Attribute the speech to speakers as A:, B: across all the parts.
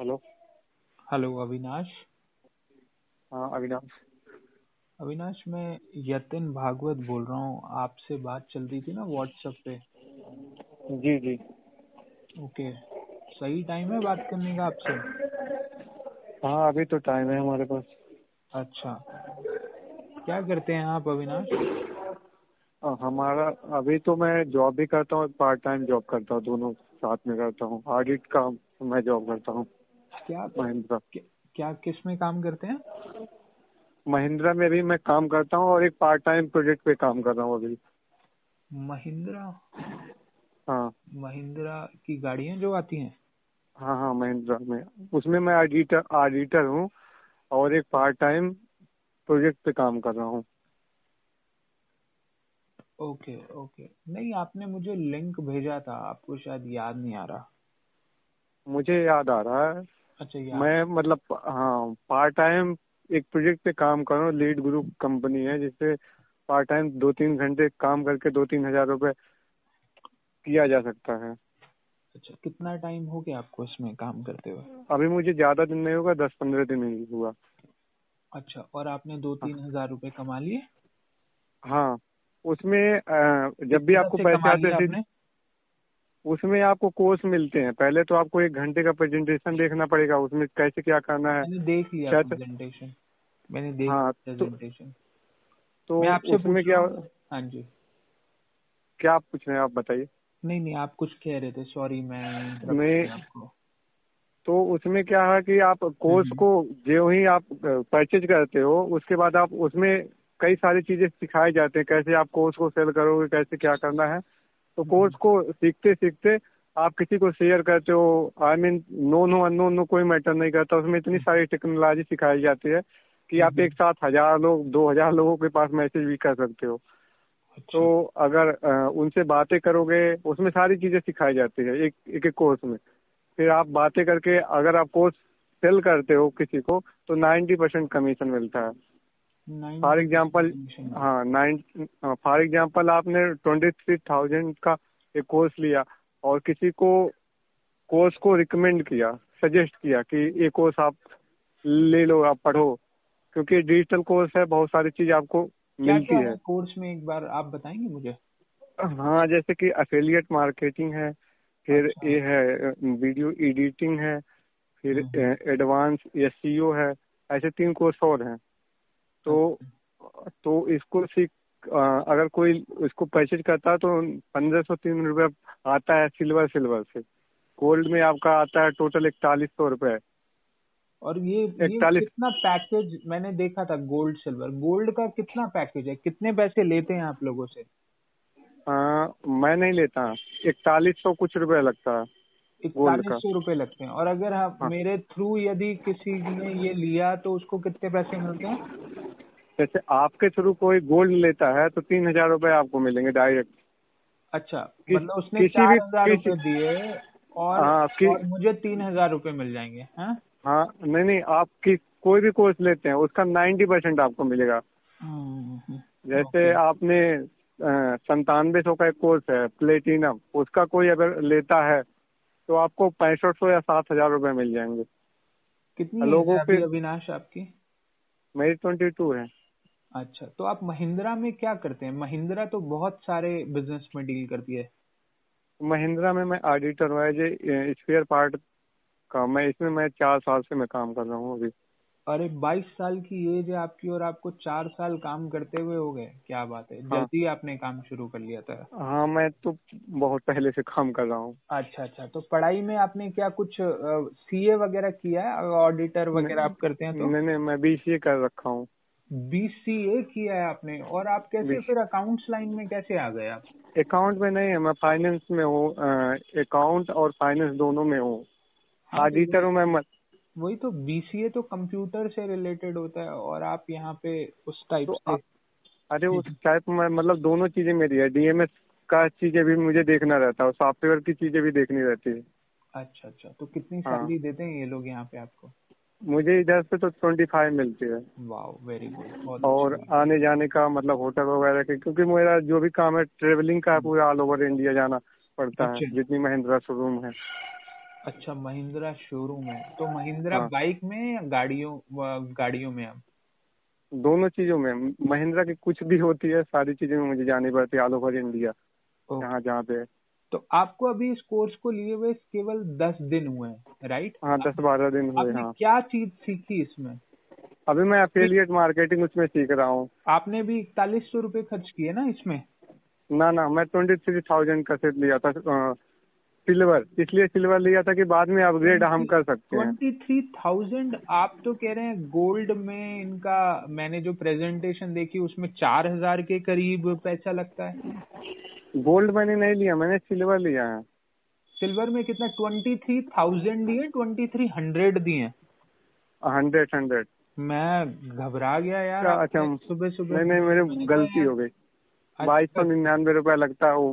A: Hello
B: hello Avinash
A: हाँ अविनाश
B: अविनाश मैं यतिन भागवत बोल रहा हूँ आपसे बात चल रही थी ना व्हाट्सएप पे
A: जी जी
B: ओके सही टाइम है बात करने का आपसे
A: हाँ अभी तो टाइम है हमारे पास
B: अच्छा क्या करते हैं आप अविनाश
A: अ, हमारा अभी तो मैं जॉब भी करता हूँ पार्ट टाइम जॉब करता हूँ दोनों साथ में करता हूँ ऑडिट का मैं जॉब करता हूँ
B: क्या
A: महिंद्रा
B: क्या, क्या किस में काम करते हैं
A: महिंद्रा में भी मैं काम करता हूँ और एक पार्ट टाइम प्रोजेक्ट पे काम कर रहा हूँ अभी
B: महिंद्रा
A: हाँ
B: महिंद्रा की गाड़ियाँ जो आती हैं
A: हाँ हाँ महिंद्रा में उसमें मैं ऑडिटर ऑडिटर हूँ और एक पार्ट टाइम प्रोजेक्ट पे काम कर रहा हूँ
B: ओके ओके नहीं आपने मुझे लिंक भेजा था आपको शायद याद नहीं आ रहा
A: मुझे याद आ रहा है
B: अच्छा याद
A: मैं मतलब हाँ पार्ट टाइम एक प्रोजेक्ट पे काम कर रहा हूँ लीड ग्रुप कंपनी है जिसपे पार्ट टाइम दो तीन घंटे काम करके दो तीन हजार रुपये किया जा सकता है
B: अच्छा कितना टाइम हो गया आपको इसमें काम करते हुए
A: अभी मुझे ज्यादा दिन नहीं होगा दस पंद्रह दिन ही हुआ
B: अच्छा और आपने दो
A: हाँ
B: तीन हजार रुपए कमा लिए
A: हाँ, उसमें अ, जब भी
B: कितना
A: आपको
B: से
A: पैसे
B: कमा
A: आते
B: लिए
A: हैं
B: आपने
A: सीधे उसमें आपको कोर्स मिलते हैं पहले तो आपको एक घंटे का प्रेजेंटेशन देखना पड़ेगा उसमें कैसे क्या करना है
B: मैंने देख लिया
A: हाँ। शायद
B: प्रेजेंटेशन मैंने देख
A: हाँ तो
B: प्रेजेंटेशन
A: तो
B: मैं आपसे
A: उसमें
B: पूछ रहा
A: क्या
B: हूँ हाँ जी
A: क्या आप पूछ रहे हैं आप बताइए
B: नहीं नहीं आप कुछ कह रहे थे सॉरी मैं इंटरप्ट
A: मैं
B: किया आपको
A: तो उसमें क्या है कि आप कोर्स
B: हम्म
A: को जो ही आप परचेज करते हो उसके बाद आप उसमें कई सारी चीजें सिखाए जाते हैं कैसे आप कोर्स को सेल करोगे कैसे क्या करना है तो कोर्स
B: हम्म,
A: को सीखते सीखते आप किसी को शेयर करते हो आई मीन नोन हो अननोन हो कोई मैटर नहीं करता उसमें इतनी सारी टेक्नोलॉजी सिखाई जाती है कि
B: हम्म,
A: आप एक
B: हम्म,
A: साथ हजार लोग दो हजार लोगों के पास मैसेज भी कर सकते हो तो
B: अच्छा
A: अगर अ, उनसे बातें करोगे उसमें सारी चीजें सिखाई जाती है एक एक एक कोर्स में फिर आप बातें करके अगर आप कोर्स सेल करते हो किसी को तो नाइन्टी परसेंट कमीशन मिलता है for
B: ninety percent
A: example
B: commission मिला
A: हाँ नाइन फॉर एग्जाम्पल आपने ट्वेंटी थ्री थाउजेंड का एक कोर्स लिया और किसी को कोर्स को रिकमेंड किया सजेस्ट किया कि ये कोर्स आप ले लो आप पढ़ो क्योंकि डिजिटल कोर्स है बहुत सारी चीज आपको
B: क्या
A: मिलती
B: क्या
A: है
B: है कोर्स में एक बार आप बताएंगे मुझे
A: हाँ जैसे कि एफिलिएट मार्केटिंग है फिर
B: अच्छा
A: ये है वीडियो एडिटिंग है फिर
B: hmm, hmm,
A: advance SEO E है ऐसे तीन कोर्स और हैं तो
B: अच्छा
A: तो इसको सीख अ, अगर कोई इसको परचेज करता है तो पंद्रह सौ तीन रुपये आता है सिल्वर सिल्वर से गोल्ड में आपका आता है टोटल इकतालीस सौ रुपये
B: और ये ये
A: इकतालीस
B: कितना पैकेज मैंने देखा था गोल्ड सिल्वर गोल्ड का कितना पैकेज है कितने पैसे लेते हैं आप लोगों से
A: मैं नहीं लेता इकतालीस सौ कुछ रुपये लगता है गोल्ड
B: इकतालीस
A: का
B: सौ रुपए लगते हैं और अगर आप
A: हाँ
B: मेरे थ्रू यदि किसी ने ये लिया तो उसको कितने पैसे मिलते हैं
A: जैसे आपके थ्रू कोई गोल्ड लेता है तो तीन हजार रुपये आपको मिलेंगे डायरेक्ट
B: अच्छा
A: किस,
B: मतलब उसने
A: किसी भी
B: चार हजार
A: किसी
B: रुपए दिए और
A: हाँ कि
B: और मुझे तीन हजार रुपए मिल जाएंगे हाँ
A: हाँ नहीं नहीं आप किस कोई भी कोर्स लेते हैं उसका नाइन्टी परसेंट आपको मिलेगा हम्म, जैसे
B: ओके
A: आपने संतानवे सौ का एक कोर्स है प्लेटिनम उसका कोई अगर लेता है तो आपको पैंसठ सौ या सात हजार रुपये मिल जाएंगे
B: कितनी एज
A: लोगों
B: है
A: पे
B: अभी अविनाश आपकी
A: मेरी ट्वेंटी टू है
B: अच्छा तो आप महिंद्रा में क्या करते हैं महिंद्रा तो बहुत सारे बिजनेस में डील करती है
A: महिंद्रा में मैं ऑडिटर हूँ एज ए स्पेयर पार्ट का मैं इसमें मैं चार साल से मैं काम कर रहा हूँ अभी
B: अरे बाईस साल की एज है आपकी और आपको चार साल काम करते हुए हो गए क्या बात है
A: हाँ
B: जल्दी आपने काम शुरू कर लिया था
A: हाँ मैं तो बहुत पहले से काम कर रहा हूँ
B: अच्छा अच्छा तो पढ़ाई में आपने क्या कुछ सीए वगैरह किया है ऑडिटर वगैरह
A: नहीं
B: आप करते हैं तो
A: नहीं नहीं, मैं बीसीए कर रखा हूँ
B: बीसीए किया है आपने और आप कैसे फिर अकाउंट्स लाइन में कैसे आ गए आप
A: अकाउंट में नहीं है मैं फाइनेंस में हूँ अकाउंट और फाइनेंस दोनों में हूँ
B: हाँ तो
A: ऑडिटर
B: वही
A: हूँ मैं मत-
B: वही तो बीसीए तो कंप्यूटर से रिलेटेड होता है और आप यहाँ पे उस
A: तो
B: टाइप
A: अ-
B: से
A: अरे उस
B: हम्म,
A: टाइप में मतलब दोनों चीजें मेरी है डीएमएस का चीजें भी मुझे देखना रहता है और सॉफ्टवेयर की चीजें भी देखनी रहती है
B: अच्छा अच्छा तो कितनी
A: हाँ
B: सैलरी देते हैं ये लोग यहाँ पे आपको
A: मुझे इधर से तो ट्वेंटी फाइव मिलती है
B: वाओ वेरी गुड बहुत अच्छी
A: और
B: बात है
A: आने जाने का मतलब होटल वगैरह के क्योंकि मेरा जो भी काम है ट्रेवलिंग का है
B: हम्म,
A: पूरा ऑल ओवर इंडिया जाना पड़ता है
B: अच्छा
A: जितनी महिंद्रा शोरूम है
B: अच्छा महिंद्रा शोरूम है तो महिंद्रा
A: हाँ।
B: बाइक में या गाड़ियों व- गाड़ियों में आप
A: दोनों चीजों में महिंद्रा की कुछ भी होती है सारी चीजों में मुझे जानी पड़ती है ऑल ओवर इंडिया
B: ओके।
A: जहाँ जहाँ पे है।
B: तो आपको अभी इस कोर्स को लिए हुए केवल दस दिन हुए हैं राइट
A: हाँ दस बारह दिन हुए
B: आपने
A: हाँ
B: क्या चीज सीखी इसमें
A: अभी मैं अफिलिएट मार्केटिंग उसमें सीख रहा हूँ
B: आपने भी इकतालीस सौ रूपये खर्च किए ना इसमें
A: ना ना मैं ट्वेंटी थ्री थाउजेंड का सेट लिया था सिल्वर इसलिए सिल्वर लिया था कि बाद में अपग्रेड हम कर सकते हैं
B: ट्वेंटी थ्री थाउजेंड आप तो कह रहे हैं गोल्ड में इनका मैंने जो प्रेजेंटेशन देखी उसमें चार हजार के करीब पैसा लगता है
A: गोल्ड मैंने नहीं लिया मैंने सिल्वर लिया है
B: सिल्वर में कितना ट्वेंटी थ्री थाउजेंड दिए ट्वेंटी थ्री हंड्रेड दिए
A: हंड्रेड हंड्रेड
B: मैं घबरा गया यार
A: अच्छा,
B: आपने
A: अच्छा,
B: सुबह सुबह
A: नहीं नहीं मेरे गलती हो गई
B: अच्छा,
A: बाईस सौ निन्यानवे रुपया लगता है वो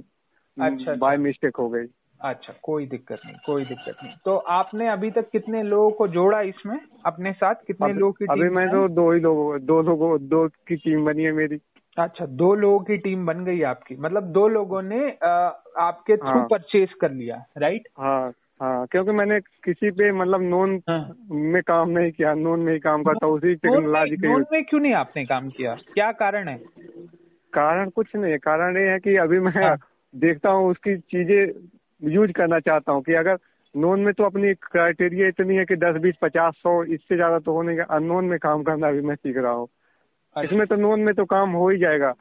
B: अच्छा,
A: बाय मिस्टेक हो गई
B: अच्छा कोई दिक्कत नहीं कोई दिक्कत नहीं तो आपने अभी तक कितने लोगों को जोड़ा इसमें अपने साथ कितने लोगों की
A: अभी अभी
B: टीम
A: मैं तो दो ही लोगों दो लोगों दो की टीम बनी है मेरी
B: अच्छा दो लोगों की टीम बन गई आपकी मतलब दो लोगों ने अ, आपके थ्रू
A: हाँ।
B: परचेज कर लिया राइट
A: हाँ हाँ क्योंकि मैंने किसी पे मतलब नॉन
B: हाँ।
A: में काम नहीं किया नॉन में ही काम करता हूँ उसी टेक्नोलॉजी
B: नोन
A: के
B: में- नोन में क्यों नहीं आपने काम किया क्या कारण है
A: कारण कुछ नहीं है कारण ये है कि अभी मैं
B: हाँ।
A: देखता हूँ उसकी चीजें यूज करना चाहता हूँ कि अगर नॉन में तो अपनी क्राइटेरिया इतनी है कि दस बीस पचास सौ इससे ज्यादा तो होने का अननोन में काम करना भी मैं सीख रहा हूँ
B: अच्छा।
A: इसमें तो नॉन में तो काम हो ही जाएगा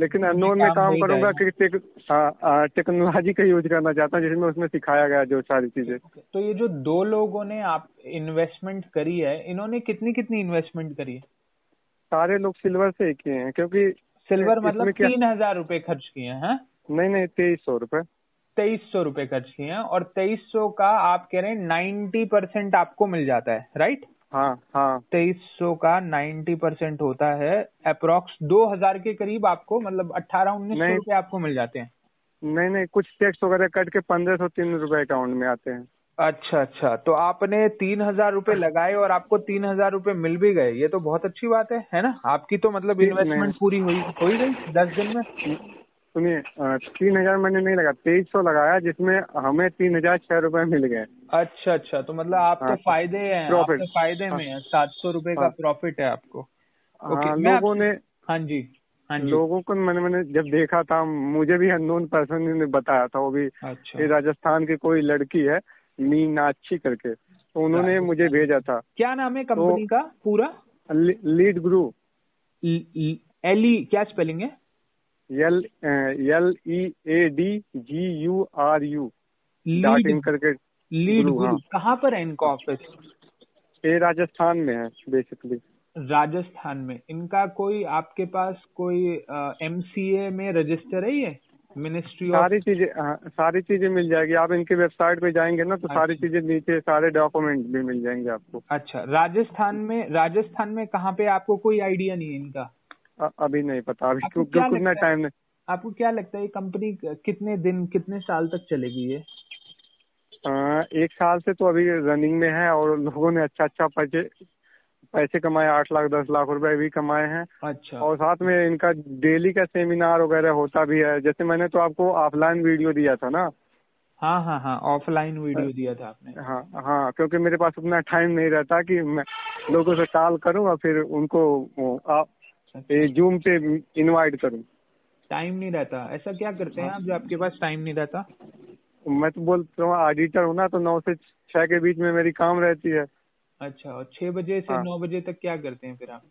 A: लेकिन
B: में
A: अननोन में
B: काम हो
A: काम
B: ही
A: करूंगा
B: जाएगा।
A: कि टेक- हाँ, हाँ, टेक्नोलॉजी का यूज करना चाहता हूँ जिसमें उसमें सिखाया गया जो सारी चीजें
B: अच्छा, तो ये जो दो लोगों ने आप इन्वेस्टमेंट करी है इन्होंने कितनी कितनी इन्वेस्टमेंट करी है
A: सारे लोग सिल्वर से ही किए हैं क्योंकि
B: सिल्वर
A: इसमें
B: मतलब
A: क्या
B: तीन हजार रूपये खर्च किए हैं हाँ?
A: नहीं नहीं तेईस सौ रूपये
B: तेईस सौ रूपये खर्च किए हैं और तेईस सौ का आप कह रहे हैं नाइन्टी परसेंट आपको मिल जाता है राइट
A: हाँ हाँ
B: तेईस सौ का नाइन्टी परसेंट होता है अप्रोक्स दो हजार के करीब आपको मतलब अट्ठारह उन्नीस सौ
A: नहीं।
B: रूपये आपको मिल जाते हैं
A: नहीं नहीं कुछ टैक्स वगैरह कट के पंद्रह सौ तीन रुपए अकाउंट में आते हैं
B: अच्छा अच्छा तो आपने तीन हजार रूपये लगाए और आपको तीन हजार रूपये मिल भी गए ये तो बहुत अच्छी बात है है ना आपकी तो मतलब
A: तीन-
B: इन्वेस्टमेंट
A: नहीं।
B: पूरी हुई हो ही गई दस दिन में
A: सुनिए तीन हजार मैंने नहीं लगा तेईस सौ लगाया जिसमें हमें तीन हजार छह रुपए मिल गए
B: अच्छा अच्छा तो मतलब आप तो
A: हाँ।
B: फायदे हैं आप
A: Profit।
B: तो फायदे में है सात सौ रूपये का
A: हाँ।
B: प्रॉफिट है आपको ओके
A: हाँ,
B: मैं
A: लोगों
B: आप-
A: ने
B: हाँ जी हाँ जी
A: लोगों को मैंने मैंने जब देखा था मुझे भी अननोन पर्सन ने बताया था वो भी ये
B: अच्छा
A: राजस्थान की कोई लड़की है मीनाक्षी करके तो उन्होंने मुझे भेजा था
B: क्या नाम है कंपनी का पूरा
A: लि- लीड ग्रुप
B: एली E- क्या स्पेलिंग है
A: L L E A D G U R U dot in
B: lead
A: करके
B: लीड
A: गुरु,
B: गुरु
A: हाँ।
B: कहाँ पर है इनका ऑफिस
A: ये राजस्थान में है बेसिकली
B: राजस्थान में इनका कोई आपके पास कोई एमसीए में रजिस्टर है ये मिनिस्ट्री ऑफ
A: सारी चीजें हाँ, सारी चीजें मिल जाएगी आप इनके वेबसाइट पे जाएंगे ना तो सारी
B: अच्छा।
A: चीजें नीचे सारे डॉक्यूमेंट भी मिल जाएंगे आपको
B: अच्छा राजस्थान में राजस्थान में कहाँ पे आपको कोई आइडिया नहीं है इनका
A: अ- अभी नहीं पता अभी
B: आपको
A: क्यों-
B: अच्छा, क्या
A: क्यों- कितना
B: लगता है?
A: टाइम है
B: आपको क्या लगता है ये कंपनी कितने दिन कितने साल तक चलेगी ये
A: अ, एक साल से तो अभी रनिंग में है और लोगों ने अच्छा अच्छा पैसे पैसे कमाए आठ लाख दस लाख रुपए भी कमाए हैं
B: अच्छा
A: और साथ में इनका डेली का सेमिनार वगैरह होता भी है जैसे मैंने तो आपको ऑफलाइन वीडियो दिया था ना
B: हाँ हाँ हाँ ऑफलाइन वीडियो दिया था आपने
A: हाँ हाँ क्योंकि मेरे पास उतना टाइम नहीं रहता कि मैं लोगों से कॉल करूँ और फिर उनको वो, आप ये जूम पे इनवाइट करूँ
B: टाइम अच्छा, नहीं रहता ऐसा क्या करते
A: हाँ।
B: हैं आप जो आपके पास टाइम नहीं रहता
A: मैं तो बोलता हूँ ऑडिटर हूँ ना तो नौ से छः के बीच में मेरी काम रहती है
B: अच्छा और छह बजे से
A: हाँ।
B: नौ बजे तक क्या करते हैं फिर आप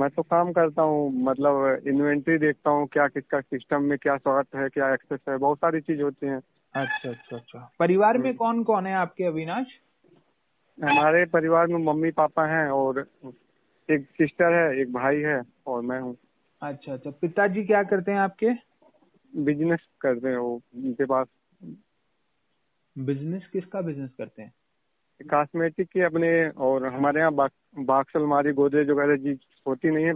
A: मैं तो काम करता हूँ मतलब इन्वेंट्री देखता हूँ क्या किसका सिस्टम में क्या शॉर्ट है क्या एक्सेस है बहुत सारी चीज होती हैं
B: अच्छा अच्छा अच्छा परिवार
A: हम्म।
B: में कौन कौन है आपके अविनाश
A: हमारे परिवार में मम्मी पापा हैं और एक सिस्टर है एक भाई है और मैं हूँ
B: अच्छा अच्छा पिताजी क्या करते हैं आपके
A: बिजनेस करते हैं वो उनके पास
B: बिजनेस किसका बिजनेस करते हैं
A: कॉस्मेटिक के अपने और हमारे यहाँ बा- बाक्स अलमारी गोदरेज वगैरह जी होती नहीं है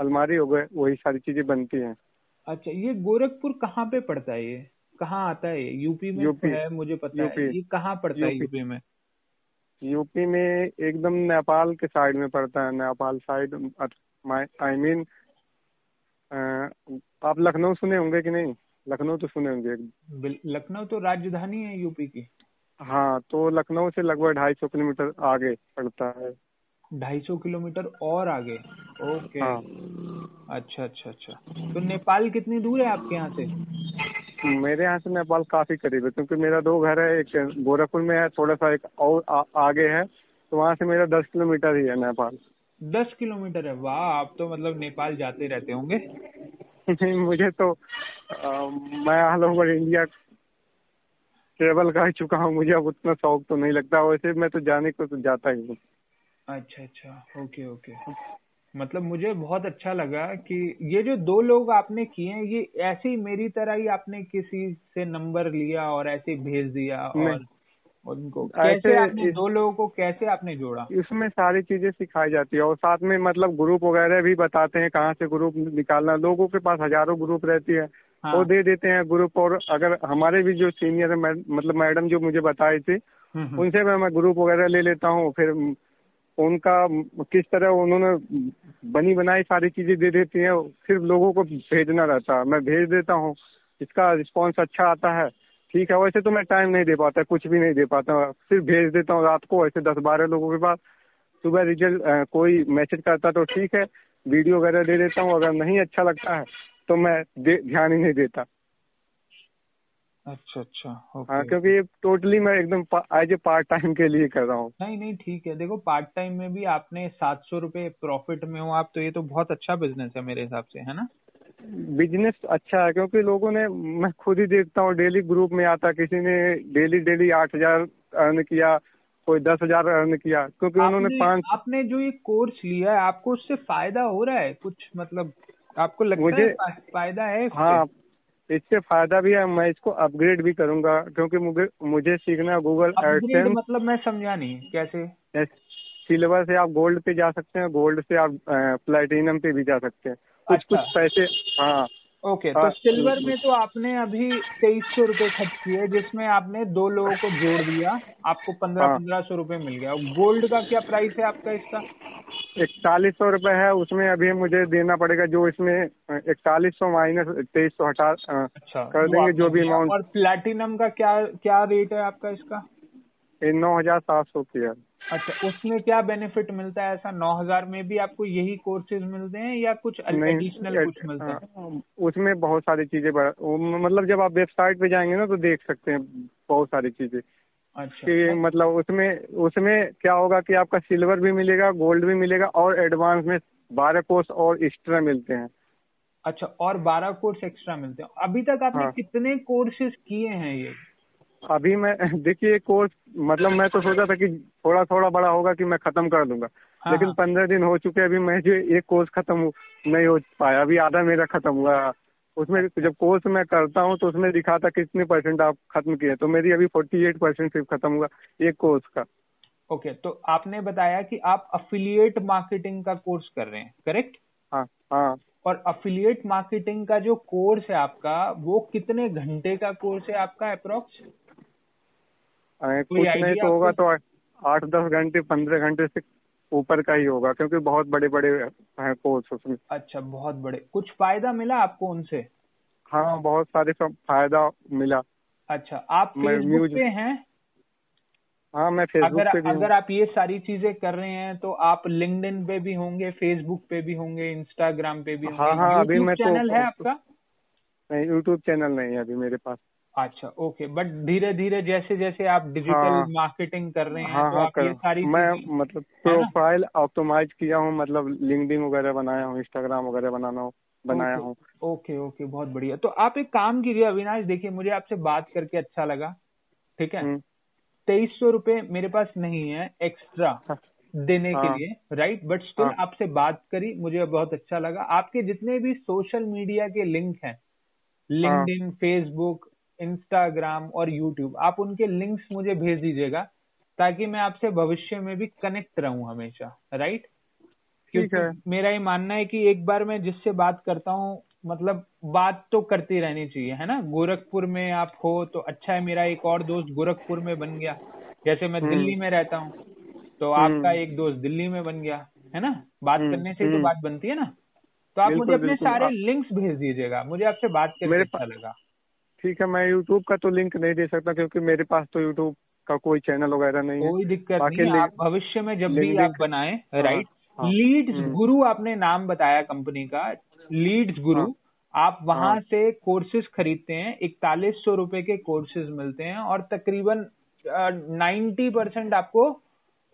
A: अलमारी हो गए वही सारी चीजें बनती हैं
B: अच्छा ये गोरखपुर कहाँ पे पड़ता है ये कहाँ आता है ये यूपी में
A: यूपी।
B: तो है मुझे पता है
A: यूपी।
B: ये कहाँ पड़ता है
A: यूपी।
B: यूपी में
A: यूपी में एकदम नेपाल के साइड में पड़ता है नेपाल साइड आई मीन आप लखनऊ सुने होंगे कि नहीं लखनऊ तो सुने होंगे
B: बिल- लखनऊ तो राजधानी है यूपी की
A: हाँ तो लखनऊ से लगभग ढाई सौ किलोमीटर आगे पड़ता है
B: ढाई सौ किलोमीटर और आगे ओके
A: हाँ
B: अच्छा अच्छा अच्छा तो नेपाल कितनी दूर है आपके यहाँ से
A: मेरे यहाँ से नेपाल काफी करीब है क्योंकि मेरा दो घर है एक गोरखपुर में है थोड़ा सा एक और आ, आगे है तो वहाँ से मेरा दस किलोमीटर ही है नेपाल
B: दस किलोमीटर है वाह आप तो मतलब नेपाल जाते रहते होंगे
A: नहीं मुझे तो अ, मैं ऑल ओवर इंडिया ट्रेवल कर चुका हूँ मुझे अब उतना शौक तो नहीं लगता वैसे मैं तो जाने को तो जाता ही हूँ
B: अच्छा अच्छा ओके ओके मतलब मुझे बहुत अच्छा लगा कि ये जो दो लोग आपने किए हैं ये ऐसे ही मेरी तरह ही आपने किसी से नंबर लिया और ऐसे ही भेज दिया और
A: नहीं।
B: उनको
A: ऐसे
B: कैसे आपने
A: इस-
B: दो लोगों को कैसे आपने जोड़ा
A: इसमें सारी चीजें सिखाई जाती है और साथ में मतलब ग्रुप वगैरह भी बताते हैं कहाँ से ग्रुप निकालना लोगों के पास हजारों ग्रुप रहती है
B: हाँ
A: वो दे देते हैं ग्रुप और अगर हमारे भी जो सीनियर है मैड- मतलब मैडम जो मुझे बताई थी
B: हम्म, हम्म।
A: उनसे मैं, मैं ग्रुप वगैरह ले लेता हूँ फिर उनका किस तरह उन्होंने बनी बनाई सारी चीजें दे देती हैं सिर्फ लोगों को भेजना रहता है मैं भेज देता हूँ इसका रिस्पॉन्स अच्छा आता है ठीक है वैसे तो मैं टाइम नहीं दे पाता कुछ भी नहीं दे पाता सिर्फ भेज देता हूँ रात को ऐसे दस बारह लोगों के पास सुबह रिजल्ट कोई मैसेज करता तो ठीक है वीडियो वगैरह दे देता हूँ अगर नहीं अच्छा लगता है तो मैं दे- ध्यान ही नहीं देता
B: अच्छा अच्छा
A: हाँ
B: ओके
A: क्योंकि ये टोटली मैं एकदम एज ए पार्ट टाइम के लिए कर रहा हूँ
B: नहीं नहीं ठीक है देखो पार्ट टाइम में भी आपने सात सौ रुपये प्रॉफिट में हो आप तो ये तो बहुत अच्छा बिजनेस है मेरे हिसाब से है ना
A: बिजनेस अच्छा है क्योंकि लोगों ने मैं खुद ही देखता हूँ डेली ग्रुप में आता किसी ने डेली डेली आठ हजार अर्न किया कोई दस हजार अर्न किया क्योंकि उन्होंने
B: आपने
A: पाँच
B: आपने जो ये कोर्स लिया है आपको उससे फायदा हो रहा है कुछ मतलब आपको लगता
A: मुझे-
B: है फा- फायदा है इससे?
A: हाँ इससे फायदा भी है मैं इसको अपग्रेड भी करूंगा क्योंकि मुझे मुझे सीखना है गूगल
B: अपग्रेड
A: एडसेंस
B: मतलब मैं समझा नहीं कैसे
A: सिल्वर से आप गोल्ड पे जा सकते हैं गोल्ड से आप प्लेटिनम पे भी जा सकते हैं कुछ कुछ
B: अच्छा।
A: पैसे हाँ
B: ओके तो
A: आ,
B: सिल्वर में तो आपने अभी तेईस सौ रूपये खर्च किए जिसमें आपने दो लोगों को जोड़ दिया आपको पंद्रह
A: हाँ।
B: पंद्रह सौ रूपये मिल गया गोल्ड का क्या प्राइस है आपका इसका
A: इकतालीस सौ रुपये है उसमें अभी मुझे देना पड़ेगा जो इसमें इकतालीस सौ माइनस तेईस सौ हटा अ,
B: अच्छा
A: कर
B: वो
A: देंगे
B: आपने
A: जो भी
B: दिया।
A: amount-
B: और प्लैटिनम का क्या क्या रेट है आपका इसका
A: ये नौ हजार सात सौ की है
B: अच्छा उसमें क्या बेनिफिट मिलता है ऐसा नौ हजार में भी आपको यही कोर्सेज मिलते हैं या कुछ एडिशनल
A: ए-
B: कुछ मिलता है
A: अ, हाँ, उसमें बहुत सारी चीजें बढ़- वो मतलब जब आप वेबसाइट पे जाएंगे ना तो देख सकते हैं बहुत सारी चीजें कि
B: अच्छा
A: मतलब उसमें उसमें क्या होगा कि आपका सिल्वर भी मिलेगा गोल्ड भी मिलेगा और एडवांस में बारह कोर्स और एक्स्ट्रा मिलते हैं
B: अच्छा और बारह कोर्स एक्स्ट्रा मिलते हैं अभी तक आपने
A: हाँ।
B: कितने कोर्सेज किए हैं ये
A: अभी मैं देखिए कोर्स मतलब मैं तो सोचा था कि थोड़ा थोड़ा बड़ा होगा कि मैं खत्म कर दूंगा
B: हाँ,
A: लेकिन
B: हाँ।
A: पंद्रह दिन हो चुके हैं, अभी मैं जो एक कोर्स खत्म हु- नहीं हो पाया अभी आधा मेरा खत्म हुआ
B: हाँ।
A: उसमें जब कोर्स मैं करता हूँ तो उसमें दिखाता कितने परसेंट आप खत्म किए तो मेरी अभी फोर्टी एट परसेंट सिर्फ खत्म हुआ एक कोर्स का
B: ओके तो आपने बताया कि आप अफिलिएट मार्केटिंग का कोर्स कर रहे हैं करेक्ट
A: हाँ हाँ
B: और अफिलिएट मार्केटिंग का जो कोर्स है आपका वो कितने घंटे का कोर्स है आपका अप्रोक्स
A: अ, कुछ नहीं
B: idea
A: तो होगा
B: आपको?
A: तो आठ दस घंटे पंद्रह घंटे से ऊपर का ही होगा क्योंकि बहुत बड़े बड़े हैं कोर्स उसमें
B: अच्छा बहुत बड़े कुछ फायदा मिला आपको उनसे
A: हाँ बहुत सारे सब फायदा मिला
B: अच्छा आप
A: मैं
B: फेसबुक
A: म्यूज-
B: पे हैं
A: हाँ मैं फेसबुक
B: अगर
A: पे भी हूँ
B: अगर आप ये सारी चीजें कर रहे हैं तो आप लिंक्डइन पे भी होंगे फेसबुक पे भी होंगे इंस्टाग्राम पे भी होंगे
A: हाँ, हाँ, अभी
B: यूट्यूब
A: मैं तो-
B: चैनल है आपका
A: नहीं यूट्यूब चैनल नहीं है अभी मेरे पास
B: अच्छा ओके बट धीरे धीरे जैसे जैसे आप
A: हाँ।
B: डिजिटल मार्केटिंग कर रहे हैं
A: हाँ
B: तो
A: हाँ
B: आप ये
A: कर
B: सारी चीजें
A: मैं मतलब
B: है ना?
A: प्रोफाइल ऑप्टोमाइज किया हूँ मतलब लिंक्डइन वगैरह बनाया हूँ इंस्टाग्राम वगैरह बनाना हूँ बनाया
B: ओके,
A: हूँ
B: ओके ओके बहुत बढ़िया तो आप एक काम कीजिए अविनाश देखिए मुझे आपसे बात करके अच्छा लगा ठीक है
A: हम्म,
B: तेईस सौ रुपये मेरे पास नहीं है एक्स्ट्रा
A: हाँ,
B: देने के
A: हाँ।
B: लिए राइट बट स्टिल
A: हाँ।
B: आपसे बात करी मुझे बहुत अच्छा लगा आपके जितने भी सोशल मीडिया के लिंक हैं लिंक्डइन
A: हाँ।
B: फेसबुक इंस्टाग्राम और यूट्यूब आप उनके लिंक्स मुझे भेज दीजिएगा ताकि मैं आपसे भविष्य में भी कनेक्ट रहूं हमेशा राइट
A: ठीक है
B: क्योंकि मेरा ये मानना है कि एक बार मैं जिससे बात करता हूँ मतलब बात तो करती रहनी चाहिए है ना गोरखपुर में आप हो तो अच्छा है मेरा एक और दोस्त गोरखपुर में बन गया जैसे मैं
A: हम्म।
B: दिल्ली में रहता हूँ तो
A: हम्म।
B: आपका एक दोस्त दिल्ली में बन गया है ना बात
A: हम्म,
B: करने से ही तो
A: हम्म।
B: बात बनती है ना तो आप मुझे
A: बिल्कुल
B: अपने
A: बिल्कुल
B: सारे
A: आप-
B: लिंक्स भेज दीजिएगा मुझे आपसे बात करके
A: मेरे
B: अच्छा लगा
A: ठीक है मैं यूट्यूब का तो लिंक नहीं दे सकता क्योंकि मेरे पास तो यूट्यूब का कोई चैनल वगैरह नहीं है
B: कोई दिक्कत
A: बाकी
B: नहीं है,
A: link-
B: आप भविष्य में जब भी
A: LinkedIn
B: आप बनाए राइट
A: हाँ,
B: लीड्स
A: हम्म।
B: गुरु आपने नाम बताया कंपनी का लीड्स गुरु
A: हाँ,
B: आप वहां
A: हाँ।
B: से कोर्सेज खरीदते हैं इकतालीस सौ रुपए के कोर्सेज मिलते हैं और तकरीबन नाइन्टी परसेंट आपको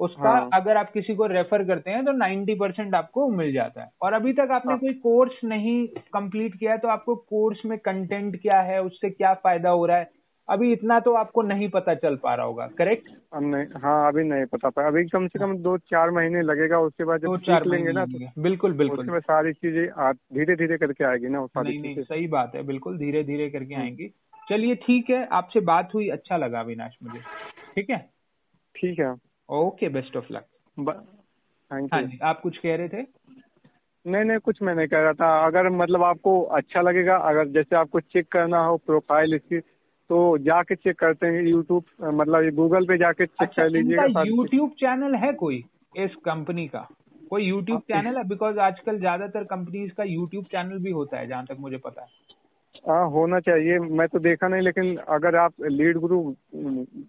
B: उसका
A: हाँ।
B: अगर आप किसी को रेफर करते हैं तो नाइन्टी परसेंट आपको मिल जाता है और अभी तक आपने
A: हाँ।
B: कोई कोर्स नहीं कंप्लीट किया है तो आपको कोर्स में कंटेंट क्या है उससे क्या फायदा हो रहा है अभी इतना तो आपको नहीं पता चल पा रहा होगा करेक्ट
A: अब नहीं हाँ अभी नहीं पता पाया अभी कम से कम दो चार महीने लगेगा उसके बाद
B: दो
A: जब
B: तो चार
A: सीख लेंगे
B: हाँ। महीने
A: ना
B: लगेंगे बिल्कुल
A: तो
B: बिल्कुल
A: उसके बाद सारी चीजें धीरे धीरे करके आएगी ना वो सारी
B: नहीं नहीं
A: चीजें
B: सही बात है बिल्कुल धीरे धीरे करके
A: हम्म।
B: आएंगे चलिए ठीक है आपसे बात हुई अच्छा लगा अविनाश मुझे ठीक है
A: ठीक है
B: okay best of luck
A: thank
B: हाँ
A: यू
B: जी आप कुछ कह रहे थे
A: अच्छा, नहीं नहीं कुछ मैं नहीं कह रहा था अगर मतलब आपको अच्छा लगेगा अगर जैसे आपको चेक करना हो प्रोफाइल इसकी तो जाके चेक करते हैं यूट्यूब मतलब गूगल पे जाके चेक
B: अच्छा
A: कर
B: इनका
A: लीजिएगा सारी चीज़।
B: यूट्यूब चैनल है कोई इस कंपनी का कोई यूट्यूब
A: हाँ।
B: चैनल है बिकॉज आजकल ज्यादातर कंपनीज का यूट्यूब चैनल भी होता है जहां तक मुझे पता है
A: हाँ होना चाहिए मैं तो देखा नहीं लेकिन अगर आप लीड गुरु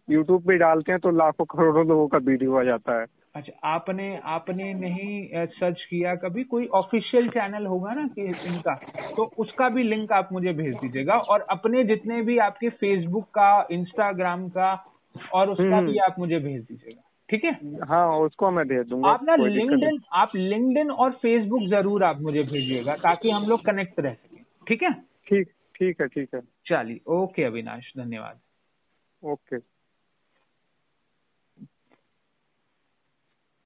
A: यूट्यूब पे डालते हैं तो लाखों करोड़ों लोगों का वीडियो आ जाता है
B: अच्छा आपने आपने नहीं सर्च किया कभी कोई ऑफिशियल चैनल होगा ना कि इनका तो उसका भी लिंक आप मुझे भेज दीजिएगा और अपने जितने भी आपके फेसबुक का इंस्टाग्राम का और उसका
A: हम्म।
B: भी आप मुझे भेज दीजिएगा ठीक है
A: हाँ उसको मैं भेज दूंगा
B: आप ना
A: कोई दिक्कत नहीं।
B: लिंक्डइन आप लिंक्डइन और फेसबुक जरूर आप मुझे भेजिएगा ताकि हम लोग कनेक्ट रह सकें ठीक है
A: ठीक ठीक है ठीक है
B: चलिए ओके अविनाश धन्यवाद
A: ओके